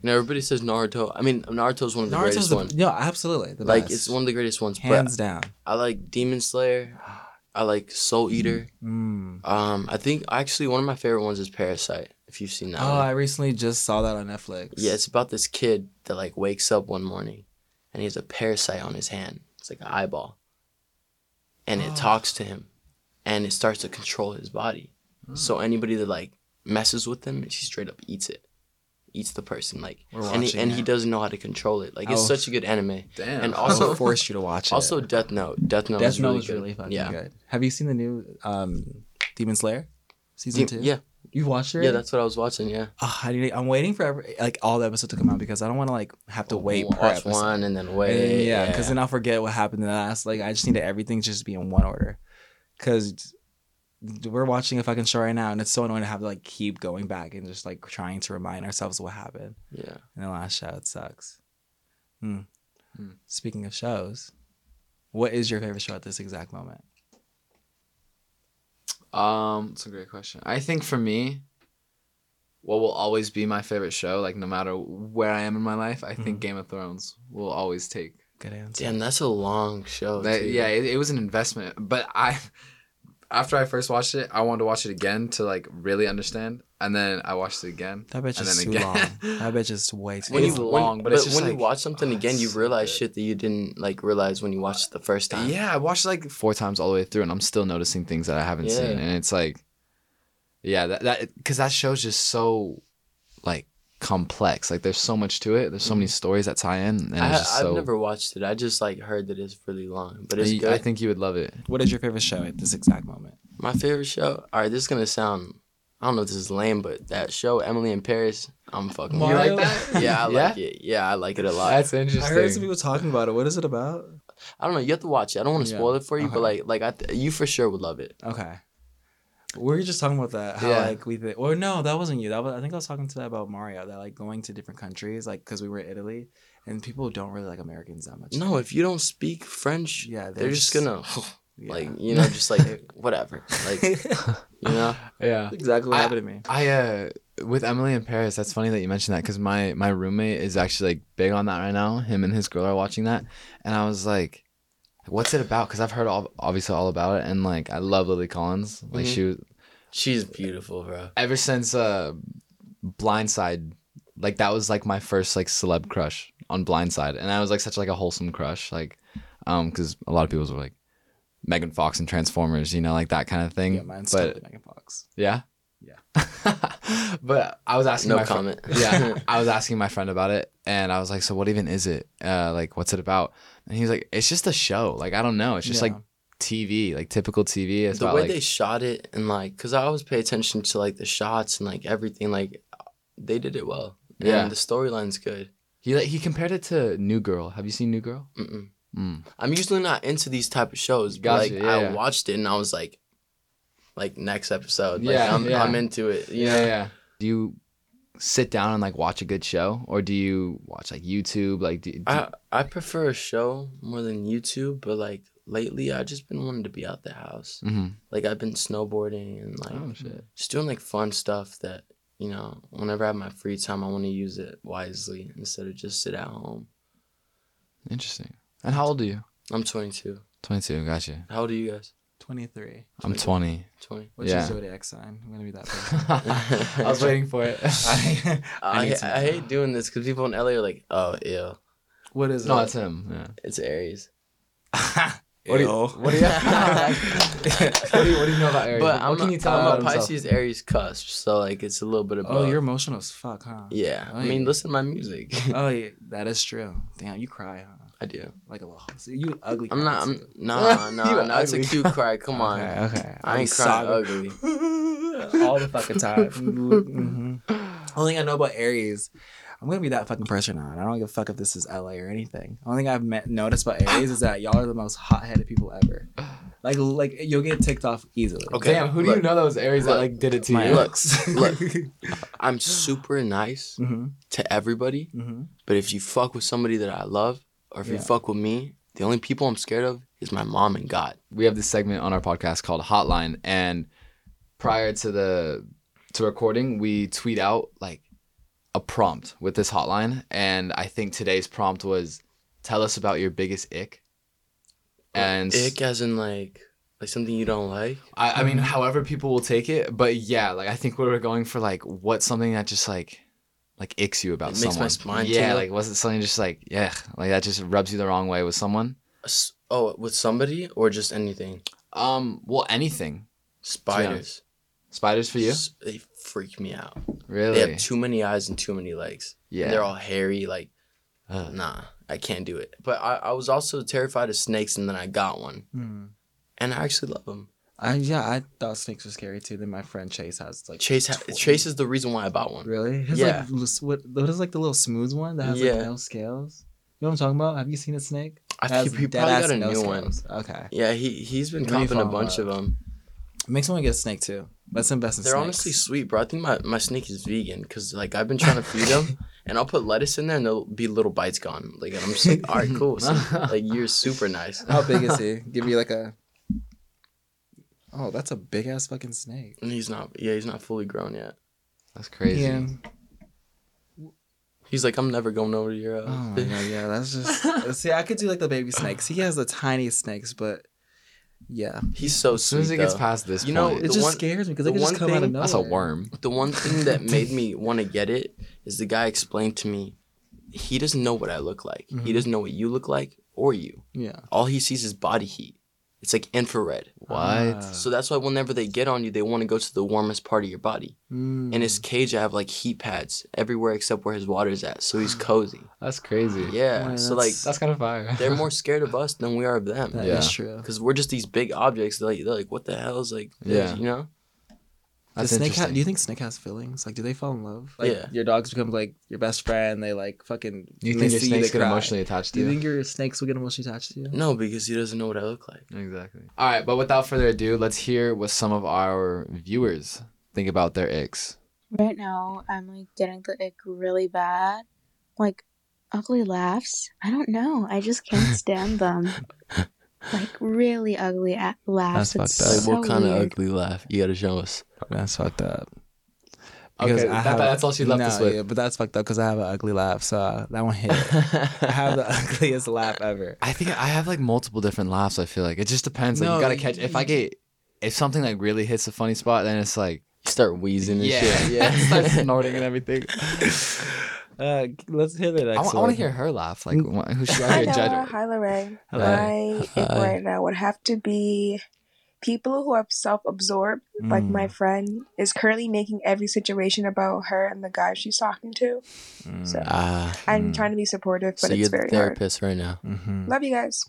E: You know, everybody says Naruto. I mean, Naruto's one of the
A: Naruto's
E: greatest
A: the,
E: ones.
A: no, absolutely the
E: Like,
A: best.
E: it's one of the greatest ones.
A: hands
E: but
A: down.
E: I like Demon Slayer. I like Soul Eater.
A: Mm.
E: Um, I think actually one of my favorite ones is Parasite. If you've seen that,
A: Oh,
E: one.
A: I recently just saw that on Netflix.
E: Yeah, it's about this kid that like wakes up one morning and he has a parasite on his hand. It's like an eyeball. And
B: Oh.
E: it talks to him and it starts to control his body.
B: Hmm.
E: So anybody that like messes with him, she straight up eats it. Eats the person like
B: We're
E: and he,
B: watching
E: and he
B: that.
E: doesn't know how to control it. Like it's
A: Oh.
E: such a good anime.
B: Damn.
E: And
B: I
A: I
E: also
A: forced you to watch it.
E: also Death Note. Death Note
A: Death
E: is
A: Note
E: really
A: was
E: good.
A: really fucking
E: yeah.
A: good. Have you seen the new um, Demon Slayer season
E: Dem-
A: two?
E: Yeah.
A: you watched it.
E: Yeah, that's what I was watching, yeah.
A: Ah, I need, I'm waiting for every, like all the episodes to come out because I don't want to like have to wait per
E: Oh, watch
A: episode.
E: one and then
A: And then,
E: wait.
A: yeah, because then I'll forget what happened in the last. Like, I just need everything to just be in one order. Because we're watching a fucking show right now, and it's so annoying to have to like keep going back and just like trying to remind ourselves what happened
E: yeah.
A: in the last show. It sucks. Hmm.
B: Hmm.
A: Speaking of shows, what is your favorite show at this exact moment?
B: Um, it's a great question. I think for me, what will always be my favorite show, like no matter where I am in my life, I
A: Mm-hmm.
B: think Game of Thrones will always take.
A: Good answer.
E: Damn, that's a long show.
B: That,
E: too.
B: yeah, it, it was an investment, but I, after I first watched it, I wanted to watch it again to like really understand, and then I watched it again.
A: That bitch
B: and
A: is
B: then
A: too long. That bitch is way too
E: when
B: It's
E: you
A: long.
B: long,
E: when,
B: but it's just
E: when you
B: like,
E: watch something
B: oh,
E: again,
B: it's
E: you
B: so
E: realize
B: good.
E: shit that you didn't like realize when you watched it the first time.
B: Yeah, I watched it like four times all the way through, and I'm still noticing things that I haven't
E: Yeah.
B: seen, and it's like, yeah, that that because that show's just so, like complex. Like there's so much to it. There's so many stories that tie in, and
E: Mm. I,
B: it's just
E: I've
B: so.
E: never watched it. I just like heard that it's really long, but
B: I-
E: it's good.
B: I think you would love it.
A: What is your favorite show at this exact moment?
E: my favorite show. All right, this is gonna sound. I don't know if this is lame, but that show Emily in Paris. I'm fucking.
A: You like
B: that?
E: Yeah, I
B: Yeah?
E: like it. Yeah, I like it a lot.
B: That's interesting.
A: I heard some people talking about it. What is it about?
E: I don't know. You have to watch it. I don't want to
A: Yeah,
E: spoil it for you,
A: okay.
E: but like, like I, th- you for sure would love it.
A: Okay. We were just talking about that. How
B: Yeah.
A: like we think. Or no, that wasn't you. That was I think I was talking to that about Mario. That like going to different countries, like because we were in Italy, and people don't really like Americans that much.
E: No, if you don't speak French,
A: Yeah,
E: yeah,
A: they're
E: they're, just,
A: just-
E: gonna
A: Yeah.
E: like you know just like whatever. Like you know,
B: yeah.
A: exactly what
B: I-
A: happened to me.
B: I uh with Emily in Paris, that's funny that you mentioned that because my my roommate is actually like big on that right now. Him and his girl are watching that, and I was like, "What's it about?" Because I've heard all obviously all about it, and like I love Lily Collins. Like
E: Mm-hmm.
B: she was
E: she's beautiful, bro.
B: ever since uh Blindside, like that was like my first like celeb crush on Blindside, and I was like such like a wholesome crush, like um because a lot of people were like Megan Fox and Transformers, you know, like that kind of thing.
A: Yeah, mine's
B: but
A: totally Megan Fox.
B: yeah. Yeah. but I was asking
E: No
B: my fri-
E: comment.
B: yeah, I was asking my friend about it, and I was like, "So what even is it? Uh, like, what's it about?" And he's like, "It's just a show. Like, I don't know. It's just
A: Yeah.
B: like TV, like typical TV. It's
E: the
B: about
E: way
B: like
E: they shot it and like because i always pay attention to like the shots and like everything like they did it well
B: Yeah.
E: and the storyline's good
B: he like, he compared it to New Girl. Have you seen New Girl?
E: Mm-mm.
B: Mm.
E: i'm usually not into these type of shows but
B: Gotcha,
E: like
B: yeah,
E: i
B: yeah.
E: watched it and i was like like next episode like
B: Yeah,
E: I'm,
B: yeah.
E: I'm into it you
B: Yeah,
E: know?
B: yeah. Do you sit down and like watch a good show, or do you watch like YouTube? Like, do, do-
E: i i prefer a show more than youtube but like lately i just been wanting to be out the house
B: Mhm.
E: like i've been snowboarding and like
B: oh shit.
E: just doing like fun stuff that you know whenever i have my free time i want to use it wisely instead of just sit at home
B: Interesting. And how old are you?
E: i'm 22
B: Twenty two. Gotcha.
E: How old are you guys?
A: 23.
B: I'm 20.
E: 20.
A: What's
B: Yeah.
A: your zodiac sign? I'm gonna be that person. I was waiting for it.
E: I,
A: need
E: I,
A: some-
E: hate doing this because people in LA are like, oh, ew,
A: What is
B: no,
A: it?
B: that's him. Yeah.
E: it's Aries.
A: What do you,
B: Ew.
A: what do you, what do you, what do you know about Aries?
E: But
A: What
E: I'm,
A: can you tell
E: I'm
A: about
E: a
A: himself?
E: Pisces Aries cusp, so like it's a little bit of
A: Oh,
E: both.
A: you're emotional as fuck, huh?
E: yeah.
A: Oh,
E: I mean,
A: yeah.
E: listen to my music.
A: Oh, yeah, that is true. Damn, you cry, huh?
E: I do.
A: Like a little. So you ugly.
E: I'm not.
A: cry,
E: I'm nah,
A: You
E: nah,
A: are
E: nah. It's a
A: ugly.
E: cute cry. Come
A: too.
E: on.
A: Okay, okay.
E: I ain't crying
A: sobbing
E: ugly.
A: all the fucking time. Mhm. Only thing I know about Aries. I'm gonna be that fucking person on. I don't give a fuck if this is LA or anything. Only thing I've met, noticed about Aries is that y'all are the most hot-headed people ever. Like, like you'll get ticked off easily.
E: Okay,
B: Damn, who do you
E: look.
B: know that was Aries that
E: Look.
B: like did it to
A: My
B: you?
E: looks. Look. I'm super nice
A: hmm
E: to everybody,
A: hmm
E: but if you fuck with somebody that I love, or if you
A: Yeah.
E: fuck with me, the only people I'm scared of is my mom and God.
B: we have this segment on our podcast called Hotline, and prior to the to recording, we tweet out like a prompt with this hotline, and I think today's prompt was tell us about your biggest ick. And s-
E: Ick, Mm-hmm. as in like, like something you don't like.
B: I, I mean, however people will take it, but yeah, like I think we were going for like what's something that just like like icks you about
E: It makes my
B: someone.
E: spine
B: yeah,
E: tingle.
B: like was it something just like yeah, like that just rubs you the wrong way with someone?
E: S- Oh, with somebody or just anything.
B: Um, well, anything.
E: Spiders.
B: Spiders for you?
E: S- They freak me out.
B: Really?
E: They have too many eyes and too many legs.
B: Yeah.
E: They're all hairy. Like,
B: Ugh.
E: nah, I can't do it. But I, I was also terrified of snakes, and then I got one, and I actually love them.
A: mm-hmm. I, yeah, I thought snakes were scary too. Then my friend Chase has like
E: Chase, ha-
A: tw-
E: Chase is the reason why I bought one.
A: Really? His
E: Yeah.
A: like l- s- what what is like the little smooth one that has
E: Yeah.
A: like no scales? You know what I'm talking about? Have you seen a snake?
E: I
A: Has
E: think he
A: dead
E: probably
A: ass
E: got a
A: no
E: new one.
A: scales. Okay.
E: Yeah, he he's been
A: What do you
E: copping a
A: follow
E: bunch
A: up?
E: of them.
A: Makes me want to get a snake too. Let's invest in
E: They're
A: snakes.
E: honestly sweet, bro. I think my, my snake is vegan because like I've been trying to feed them, and I'll put lettuce in there, and there'll be little bites gone. Like I'm just like, all right, cool. So, like you're super nice.
A: How big is he? Give me like a. Oh, that's a big ass fucking snake.
E: And he's not. Yeah, he's not fully grown yet.
B: That's crazy.
A: Yeah.
E: He's like, I'm never going over to your uh, house.
A: Oh my god, yeah, that's just. See, I could do like the baby snakes. He has the tiny snakes, but yeah,
E: He's so
B: As
E: sweet.
B: soon as it gets
E: though.
B: past this
E: You know,
B: point,
A: it
E: The
A: just
E: one-
A: scares me because
E: the
A: they could just
E: one
A: come out of
E: thing-
A: nowhere.
B: that's a worm.
E: The one thing that made me want to get it is the guy explained to me he doesn't know what I look like.
B: Mm-hmm.
E: He doesn't know what you look like or you.
A: Yeah.
E: All he sees is body heat. It's like infrared.
B: What?
E: So that's why whenever they get on you, they want to go to the warmest part of your body.
A: Mm.
E: In his cage, I have like heat pads everywhere except where his water's at, so he's cozy.
B: That's crazy.
E: Yeah.
A: Wow,
E: so like
A: that's-
B: That's kind of fire.
E: they're more scared of us than we are of them.
A: That is
B: Yeah.
A: true.
E: Cause we're just these big objects. They're like, they're like, what the hell is like? This,
B: Yeah.
E: You know.
A: Does
B: That's
A: snake ha-
B: interesting.
A: do you think snake has feelings? Like, do they fall in love? Like,
E: Yeah.
A: Your dogs become like your best friend. They like fucking.
B: You
A: when
B: think
A: they
B: your
A: see you,
B: snakes
A: they
B: get
A: cry.
B: emotionally attached to
A: Do
B: you?
A: you think your snakes will get emotionally attached to you?
E: No, because he doesn't know what I look like.
B: exactly. All right, but without further ado, let's hear what some of our viewers think about their icks.
F: Right now, I'm like getting the ick really bad. Like, ugly laughs. I don't know. I just can't stand them. Like, really ugly a- laughs.
A: That's
F: It's
A: fucked up.
E: Like
F: so
E: what kind
F: weird.
E: of ugly laugh? You gotta show us.
A: That's fucked up.
B: Okay, that- that's all she left
A: no,
B: us with.
A: Yeah, but that's fucked up because I have an ugly laugh, so uh, that one hit. I have the ugliest laugh ever.
B: I think I have like multiple different laughs. I feel like it just depends. Like
A: No,
B: you gotta
A: you-
B: catch. If I get, if something like really hits a funny spot, then it's like
E: You start wheezing and
B: yeah,
E: shit.
B: yeah, start snorting and everything.
A: Uh, g- let's hear the next
B: I
A: one.
B: want to hear her laugh. Like wh- who should Mm. I
G: Hi,
B: be a judge?
G: Noah.
B: of?
G: Hi, Lorraine.
A: Hello.
G: My pick
E: Hi.
G: right now would have to be people who are self-absorbed. Like
A: Mm.
G: my friend is currently making every situation about her and the guy she's talking to. So
E: Ah,
G: I'm
A: Mm.
G: trying to be supportive, but
E: so you're
G: it's
E: the
G: very hard.
E: therapist right now.
A: Mm-hmm.
G: Love you guys.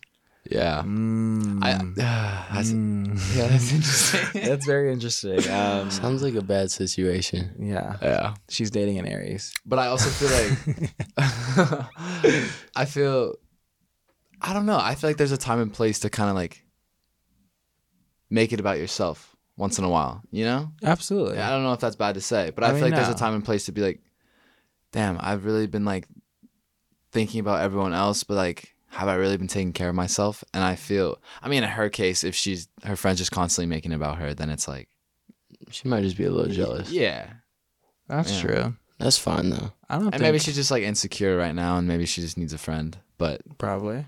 B: Yeah.
A: Mm.
B: I, that's,
A: Mm.
B: Yeah, that's interesting.
A: that's very interesting. Um,
E: Sounds like a bad situation.
A: yeah,
B: yeah.
A: she's dating an Aries.
B: But I also feel like I feel I don't know. I feel like there's a time and place to kind of like make it about yourself once in a while, you know?
A: Absolutely.
B: I don't know if that's bad to say, but I,
A: I
B: feel
A: mean,
B: like there's
A: no.
B: a time and place to be like damn, I've really been like thinking about everyone else, but like have I really been taking care of myself? And I feel I mean in her case if she's her friends just constantly making it about her, then it's like
E: She might just be a little jealous.
B: Yeah.
A: That's
B: Yeah.
A: true.
E: That's fine though.
A: I don't
B: And
A: think
B: maybe she's just like insecure right now and maybe she just needs a friend, but
A: probably.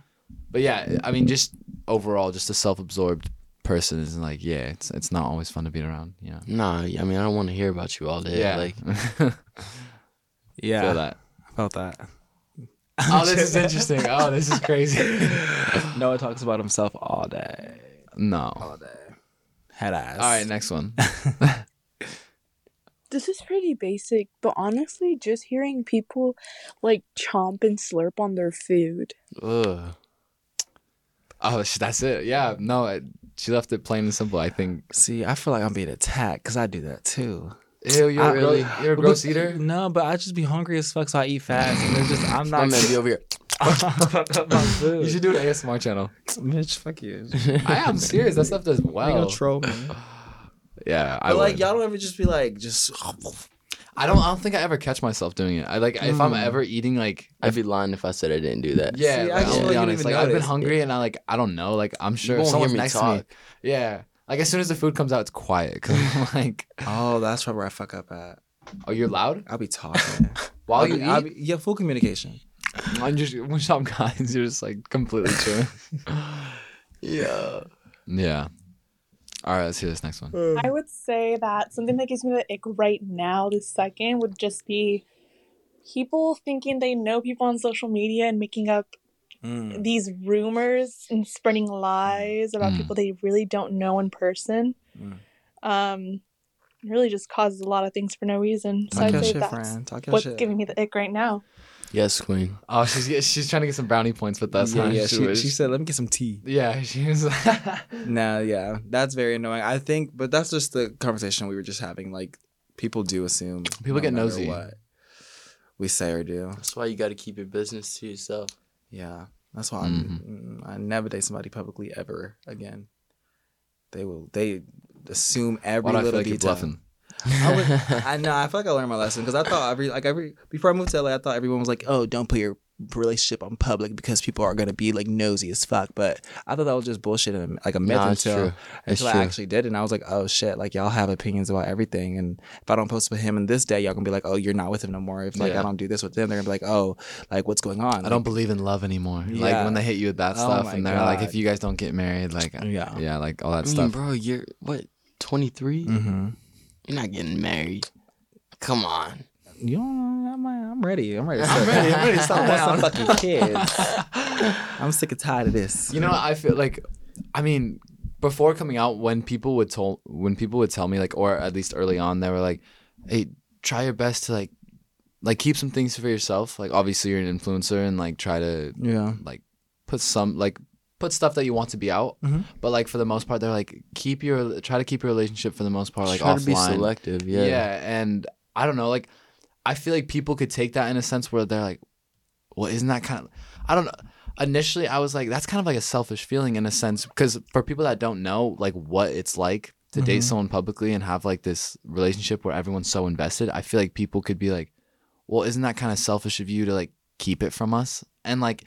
B: But yeah, I mean, just overall, just a self-absorbed person is like, yeah, it's it's not always fun to be around. Yeah.
E: Nah, I mean I don't want to hear about you all day. Like
A: Yeah,
B: feel that.
A: I felt that.
B: Oh, this is interesting. Oh, this is crazy.
A: Noah talks about himself all day.
B: no. All
A: Head ass.
B: right, next one.
H: This is pretty basic, but honestly, just hearing people like chomp and slurp on their food.
E: ugh.
B: Oh, sh- that's it. Yeah. No, it, she left it plain and simple. I think.
A: See, I feel like I'm being attacked because I do that too.
B: Ew, you're
A: I-
B: Ah, really you're a
A: But-
B: gross eater.
A: No, but I just be hungry as fuck, so I eat fast, and it's just I'm not gonna be over here. my food.
B: You should do an ASMR channel.
A: Mitch, fuck you.
B: I am serious. That stuff does well.
A: troll me.
B: Yeah, I
D: But like
B: would.
D: y'all don't ever just be like just
B: I don't. I don't think I ever catch myself doing it. I like if I'm ever eating like.
E: I'd be lying if I said I didn't do that.
B: Yeah,
A: See, I
B: like,
A: just
B: I'll
A: feel
B: be
A: like you don't
B: honest.
A: even
B: Like I've been
A: notice.
B: hungry and I like I don't know. Like I'm sure
E: won't hear
B: someone's
E: me
B: next to
E: talk.
B: me. Yeah, like as soon as the food comes out, it's quiet. Cause I'm like,
A: Oh, that's probably where I fuck up at.
B: oh, you're loud
A: I'll be talking
B: while
A: I'll
B: you
A: be- I'll
B: eat.
A: be- yeah, full communication.
B: I'm just when some guys, you're just like completely chewing.
E: Yeah.
B: yeah. All right, let's hear this next one.
H: I I would would say that something that gives me the ick right now, this second, would just be people thinking they know people on social media and making up
A: Mm.
H: these rumors and spreading lies about
B: Mm.
H: people they really don't know in person.
A: Mm.
H: Um, it really just causes a lot of things for no reason. So
A: Talk
H: I'd
A: your
H: say
A: shit,
H: that's
A: friend. Talk your
H: what's
A: shit.
H: giving me the ick right now.
E: Yes, Queen.
B: Oh, she's yeah, she's trying to get some brownie points with us.
A: yeah,
B: huh?
A: yeah. She,
B: was-
A: she said, "Let me get some tea."
B: Yeah, she was.
A: No, yeah, that's very annoying. I think, but that's just the conversation we were just having. Like, people do assume
B: People get
A: matter
B: nosy.
A: What we say or do.
E: That's why you got to keep your business to yourself.
A: Yeah, that's why
B: Mm-hmm.
A: I'm, mm, I never date somebody publicly ever again. They will. They assume every
B: Why do I feel
A: little
B: like you're
A: detail.
B: bluffing?
A: I, would, I know. I feel like I learned my lesson because I thought every like every before I moved to LA, I thought everyone was like, "Oh, don't put your relationship on public because people are gonna be like nosy as fuck." But I thought that was just bullshit and like a myth
E: Nah, it's
A: until
E: true. It's
A: until I
E: true.
A: actually did, it. and I was like, "Oh shit!" Like y'all have opinions about everything, and if I don't post with him in this day, y'all gonna be like, "Oh, you're not with him no more." If like
B: Yeah.
A: I don't do this with them, they're gonna be like, "Oh, like what's going on?"
B: I don't believe in love anymore. Like
A: Yeah.
B: when they hit you with that
A: Oh
B: stuff,
A: my
B: and they're like,
A: God.
B: "If you guys don't get married, like,
A: Yeah.
B: yeah, like all that
E: I mean,
B: stuff." Mm.
E: bro, you're what? 23?
A: Mm-hmm.
E: You're not getting married. Come on.
A: You know, I'm, I'm ready. I'm ready. To
E: I'm ready. I'm ready to
A: I
E: stop
A: want some
E: down.
A: fucking kids. I'm sick and tired of this.
B: You know, I feel like, I mean, before coming out, when people would tell, when people would tell me, like, or at least early on, they were like, "Hey, try your best to like, like keep some things for yourself. Like, obviously, you're an influencer, and like, try to
A: yeah.
B: like put some like put stuff that you want to be out.
E: Mm-hmm.
A: Mhm.
B: But like for the most part, they're like keep your try to keep your relationship for the most part like
E: Try
B: offline.
E: to be selective.
B: Yeah.
E: Yeah.
B: and I don't know, like I feel like people could take that in a sense where they're like, well, isn't that kind of I don't know. Initially, I was like, that's kind of like a selfish feeling in a sense because for people that don't know like what it's like to date
E: Mm-hmm.
B: someone publicly and have like this relationship where everyone's so invested, I feel like people could be like, well, isn't that kind of selfish of you to like keep it from us? And like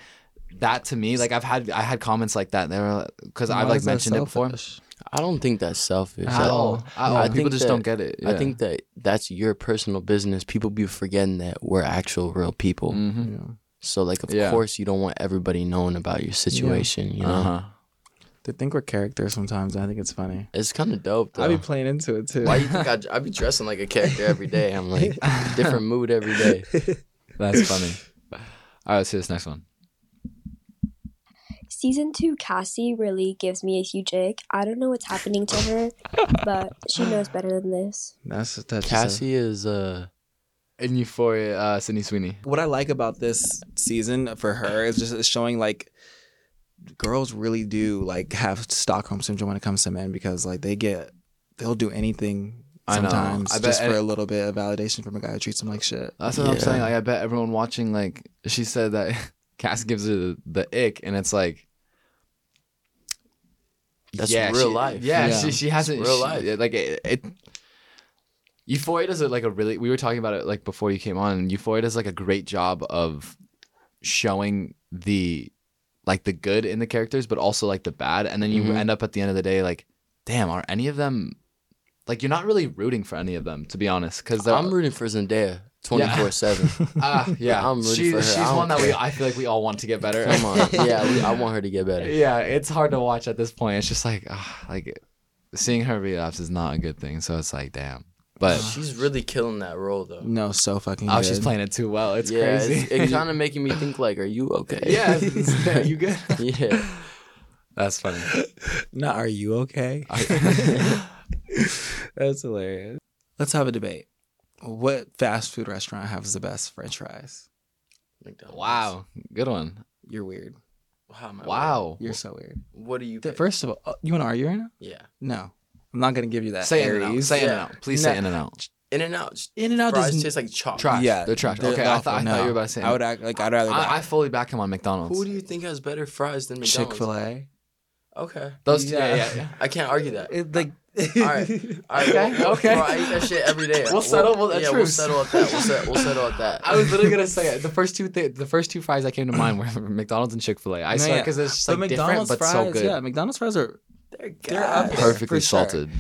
B: that to me, like I've had I had comments like that. They were because I've
A: Why
B: like
A: is that
B: mentioned it before.
A: selfish?
E: I don't think that's selfish
B: At all, at all.
E: No, I
B: people
E: think
B: just
E: that-
B: don't get it.
E: I
B: Yeah.
E: think that that's your personal business. People be forgetting that we're actual real people.
B: Mhm.
E: So like, of
B: Yeah.
E: course, you don't want everybody knowing about your situation. You know,
B: Uh-huh.
A: They think we're characters sometimes. and I think it's funny.
E: it's kind of dope though.
A: I be playing into it too.
E: Why you think I, I be dressing like a character every day? I'm like different mood every day.
B: That's funny. All right, let's see this next one.
I: Season two Cassie really gives me a huge ick. I don't know what's happening to her, but she knows better than this.
A: That's that's just a-
E: Cassie is uh
B: In Euphoria, uh, Sydney Sweeney.
A: what I like about this season for her is just it's showing like girls really do like have Stockholm syndrome when it comes to men because like they get they'll do anything
B: I know.
A: sometimes
B: I bet-
A: just for a little bit of validation from a guy who treats them like shit.
B: That's what I'm
E: Yeah.
B: saying. Like, I bet everyone watching, like, she said that Cass gives her the, the ick, and it's like,
E: That's real life.
B: Yeah,
A: Yeah.
B: she she hasn't
E: real
B: she-
E: life.
B: yeah, like it. it Euphoria does it like a really. We were talking about it like before you came on. And Euphoria does like a great job of showing the like the good in the characters, but also like the bad, and then you
E: Mhm.
B: end up at the end of the day like, damn, are any of them? Like you're not really rooting for any of them, to be honest, because
E: I'm rooting for Zendaya. twenty four seven.
B: Ah, yeah.
E: I'm rooting
B: She-
E: for her.
B: She's
E: I don't
B: one that we.
E: care.
B: I feel like we all want to get better.
E: Come on, yeah, we, I want her to get better.
B: Yeah, it's hard to watch at this point. It's just like, ah, like seeing her relapse is not a good thing. So it's like, damn. But
E: she's really killing that role though.
A: No, so fucking.
B: oh, she's
A: good.
B: playing it too well. It's
E: yeah,
B: crazy.
E: it's, it kind of making me think like, are you okay?
B: yeah, it's- it's- you good?
E: yeah.
B: That's funny.
A: No, are you okay? That's hilarious. Let's have a debate. What fast food restaurant has the best French fries?
E: McDonald's.
B: Wow, good one.
A: You're weird.
E: Wow. my word.
B: Wow.
A: You're so weird.
E: What do you?
A: Th-
E: pick?
A: First of all, oh, you want to argue right now?
E: Yeah.
A: No, I'm not gonna give you that.
B: Say in and out. Say in and
E: Yeah.
B: out. Please say
A: No.
B: in and out.
E: In and out.
A: In and out
E: Fries
A: doesn't.
E: taste like chalk.
B: Trash.
A: Yeah,
B: they're trash.
A: they're
B: okay, I, thought I
A: awful.
B: thought you
A: No.
B: were about to say.
A: I would act like I'd rather
B: I, I fully back him on McDonald's.
E: Who do you think has better fries than McDonald's?
A: Chick Fil A.
E: Okay.
B: Those two.
A: Yeah.
B: Yeah, yeah. yeah.
E: I can't argue that.
A: Like,
E: All right. All right.
B: Okay,
E: well, well,
B: okay.
E: Bro, I eat that shit every day.
B: We'll settle- we'll-
E: yeah,
B: that's
E: we'll
B: truce.
E: settle at that. We'll, set, we'll settle at that.
B: I was literally gonna say it. The first two, th- the first two fries that came to mind were McDonald's and Chick Fil A. I
A: No,
B: swear,
A: yeah.
B: because it's just,
A: but
B: like
A: McDonald's
B: different, but
A: fries,
B: so good.
A: yeah, McDonald's fries are
E: They're
A: they're up there,
B: Perfectly
A: for sure.
B: salted.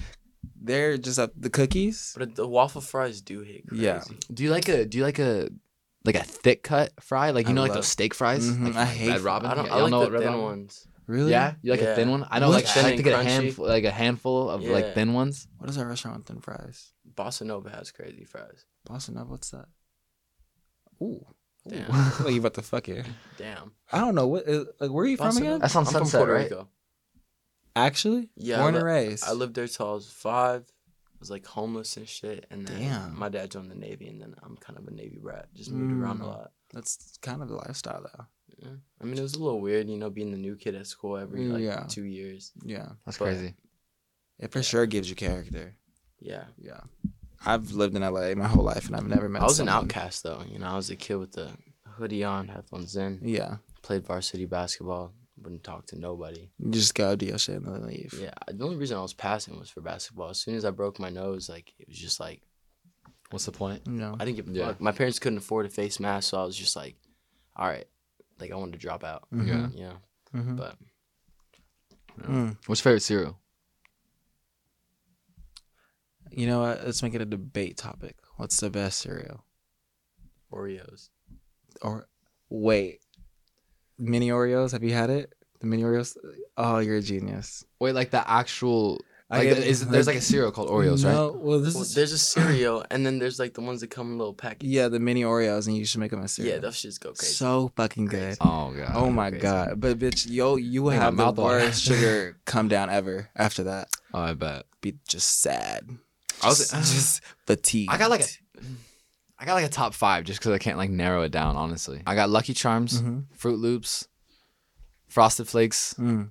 A: They're just up the cookies.
E: But the waffle fries do hit crazy.
A: Yeah.
B: Do you like a do you like a like a thick cut fry? Like you
A: I
B: know like
A: love-
B: those steak fries?
A: Mhm,
B: Like
A: I hate
B: Red Robin.
E: I don't.
B: Yeah,
E: I
B: y'all
E: like
B: know
E: the
B: what Red
E: thin
B: Robin-
E: ones.
A: Really?
B: Yeah, you like a
E: Yeah.
B: thin one. I know,
A: What?
B: like I
E: Thin
B: like to
E: and
B: get a
E: crunchy.
B: handful, like a handful of like
E: Yeah.
B: thin ones.
A: What is our restaurant with thin fries?
E: Bossa Nova has crazy fries.
A: Boston Nova, what's that? Ooh.
E: Damn.
A: Well, you about to fuck it.
E: Damn.
A: I don't know what. Is, like, where are you from
E: Bossa
A: again?
E: Nova.
B: That's on
E: I'm
B: Sunset,
E: from Puerto
B: right?
E: Rico.
A: Actually,
E: Yeah,
A: born
E: I
A: and
E: li-
A: raised.
E: I lived there till I was five. I was like homeless and shit. And then
A: Damn.
E: my dad joined the Navy, and then I'm kind of a Navy brat. Just moved around a
A: Mm.
E: lot.
A: That's kind of the lifestyle, though.
E: Yeah. I mean, it was a little weird, you know, being the new kid at school every like
A: Yeah.
E: two years.
A: Yeah,
B: That's
E: But-
B: crazy.
A: it for sure gives you character.
E: Yeah.
A: Yeah, I've lived in LA my whole life, and I've never met.
E: I was an
A: someone-
E: outcast though. You know, I was a kid with the hoodie on, headphones in,
A: Yeah,
E: played varsity basketball, wouldn't talk to nobody.
A: you just go do your shit and then leave.
E: Yeah, the only reason I was passing was for basketball. As soon as I broke my nose, like it was just like
B: What's the point?
A: you know.
E: I didn't give a
B: Yeah.
E: fuck. My parents couldn't afford a face mask, so I was just like, all right, like I wanted to drop out.
A: Mhm,
B: Yeah.
E: You know,
A: mhm.
E: but
A: Mm.
B: What's your favorite cereal?
A: You know what? Let's make it a debate topic. What's the best cereal?
E: Oreos.
A: Or wait, mini Oreos? Have you had it? The mini Oreos? Oh, you're a genius.
B: Wait, like the actual
A: I
B: like
A: get-
B: is, there's like a cereal called Oreos,
A: no, Well, this
E: Well,
A: is
E: there's a cereal, and then there's like the ones that come in little packets.
A: yeah, the mini Oreos, and you should make them a cereal.
E: Yeah, those shits go crazy.
A: so fucking good.
B: right? Oh god.
A: Oh my
B: Crazy.
A: god! But bitch, yo, you will
B: Make my
A: have the
B: mouth water.
A: worst sugar come down ever after that.
B: Oh, I bet.
A: Be just sad.
B: I was-
A: Just, just fatigued.
B: I got like a I got like a top five just because I can't like narrow it down, honestly. I got Lucky Charms,
A: Mhm.
B: Fruit Loops, Frosted Flakes,
A: Mm,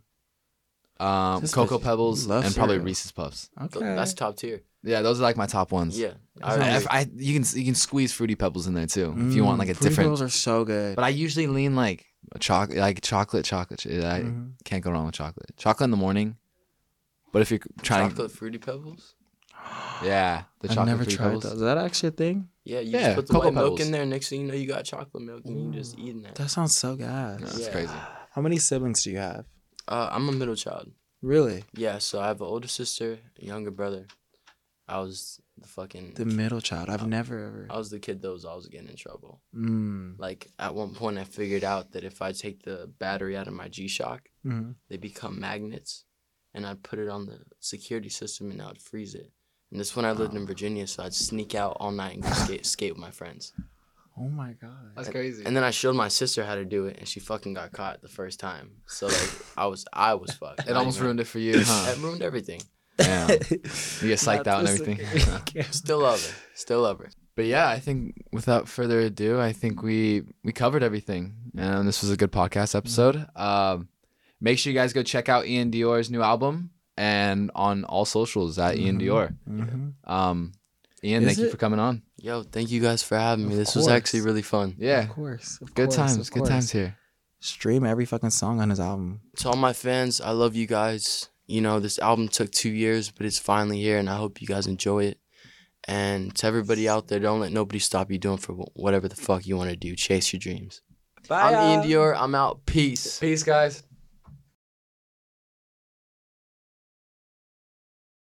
B: um,
E: This
B: Cocoa
E: bitch
B: Pebbles,
A: loves
B: and probably
A: cereal.
B: Reese's Puffs.
A: okay,
E: Th- That's top tier.
B: Yeah, those are like my top ones.
E: Yeah.
B: I,
E: I-
A: Sounds
B: I- I- you can you can squeeze Fruity Pebbles in there too if you want like a different.
A: Those Mm, are so good.
B: But I usually lean like a choc like chocolate, chocolate. ch- I
A: Mhm.
B: can't go wrong with chocolate. Chocolate in the morning. But if you're trying,
E: Chocolate fruity pebbles?
B: yeah, the
A: I've
B: chocolate
A: never
B: Fruity
A: tried
B: Pebbles.
A: those. Is that actually a thing?
E: Yeah, you
B: Yeah,
E: just put the
B: Cocoa
E: white milk
B: Pebbles.
E: in there. Next thing you know, you got chocolate milk, and you just eating that.
A: That sounds so gas.
B: Yeah, that's
E: Yeah.
B: crazy.
A: How many siblings do you have?
E: Uh, I'm a middle child.
A: Really?
E: Yeah, so I have an older sister, a younger brother. I was the fucking.
A: The middle child.
B: oh.
A: I've never ever.
E: I was the kid that was always getting in trouble.
A: Mm.
E: Like at one point, I figured out that if I take the battery out of my G Shock,
A: Mhm.
E: they become magnets, and I'd put it on the security system and I'd freeze it. And this when I
B: Ah.
E: lived in Virginia, so I'd sneak out all night and go skate, skate with my friends.
A: Oh my god.
B: That's crazy.
E: And then I showed my sister how to do it, and she fucking got caught the first time. So like I was I was fucked.
B: It almost ruined it for you, huh?
E: It ruined everything.
B: Damn. You get psyched out and
A: That's
B: everything.
E: Still love her. Still love her.
B: but yeah, I think without further ado, I think we we covered everything, and this was a good podcast
A: Mm-hmm.
B: episode. Um, make sure you guys go check out Ian Dior's new album and on all socials at E Ian Dior.
A: Mhm.
B: Um, Ian,
A: Is
B: thank you
A: it?
B: for coming on.
E: Yo, thank you guys for having me.
A: Of
E: this was actually
A: course.
E: really fun.
B: Yeah,
A: Of course. of
B: good
A: course,
B: times,
A: of
B: good
A: course.
B: times here.
A: Stream every fucking song on his album.
E: To all my fans, I love you guys. You know, this album took two years, but it's finally here, and I hope you guys enjoy it. And to everybody out there, don't let nobody stop you doing for wh- whatever the fuck you want to do. Chase your dreams. I'm Ian Dior. I'm out. Peace.
B: Peace, guys.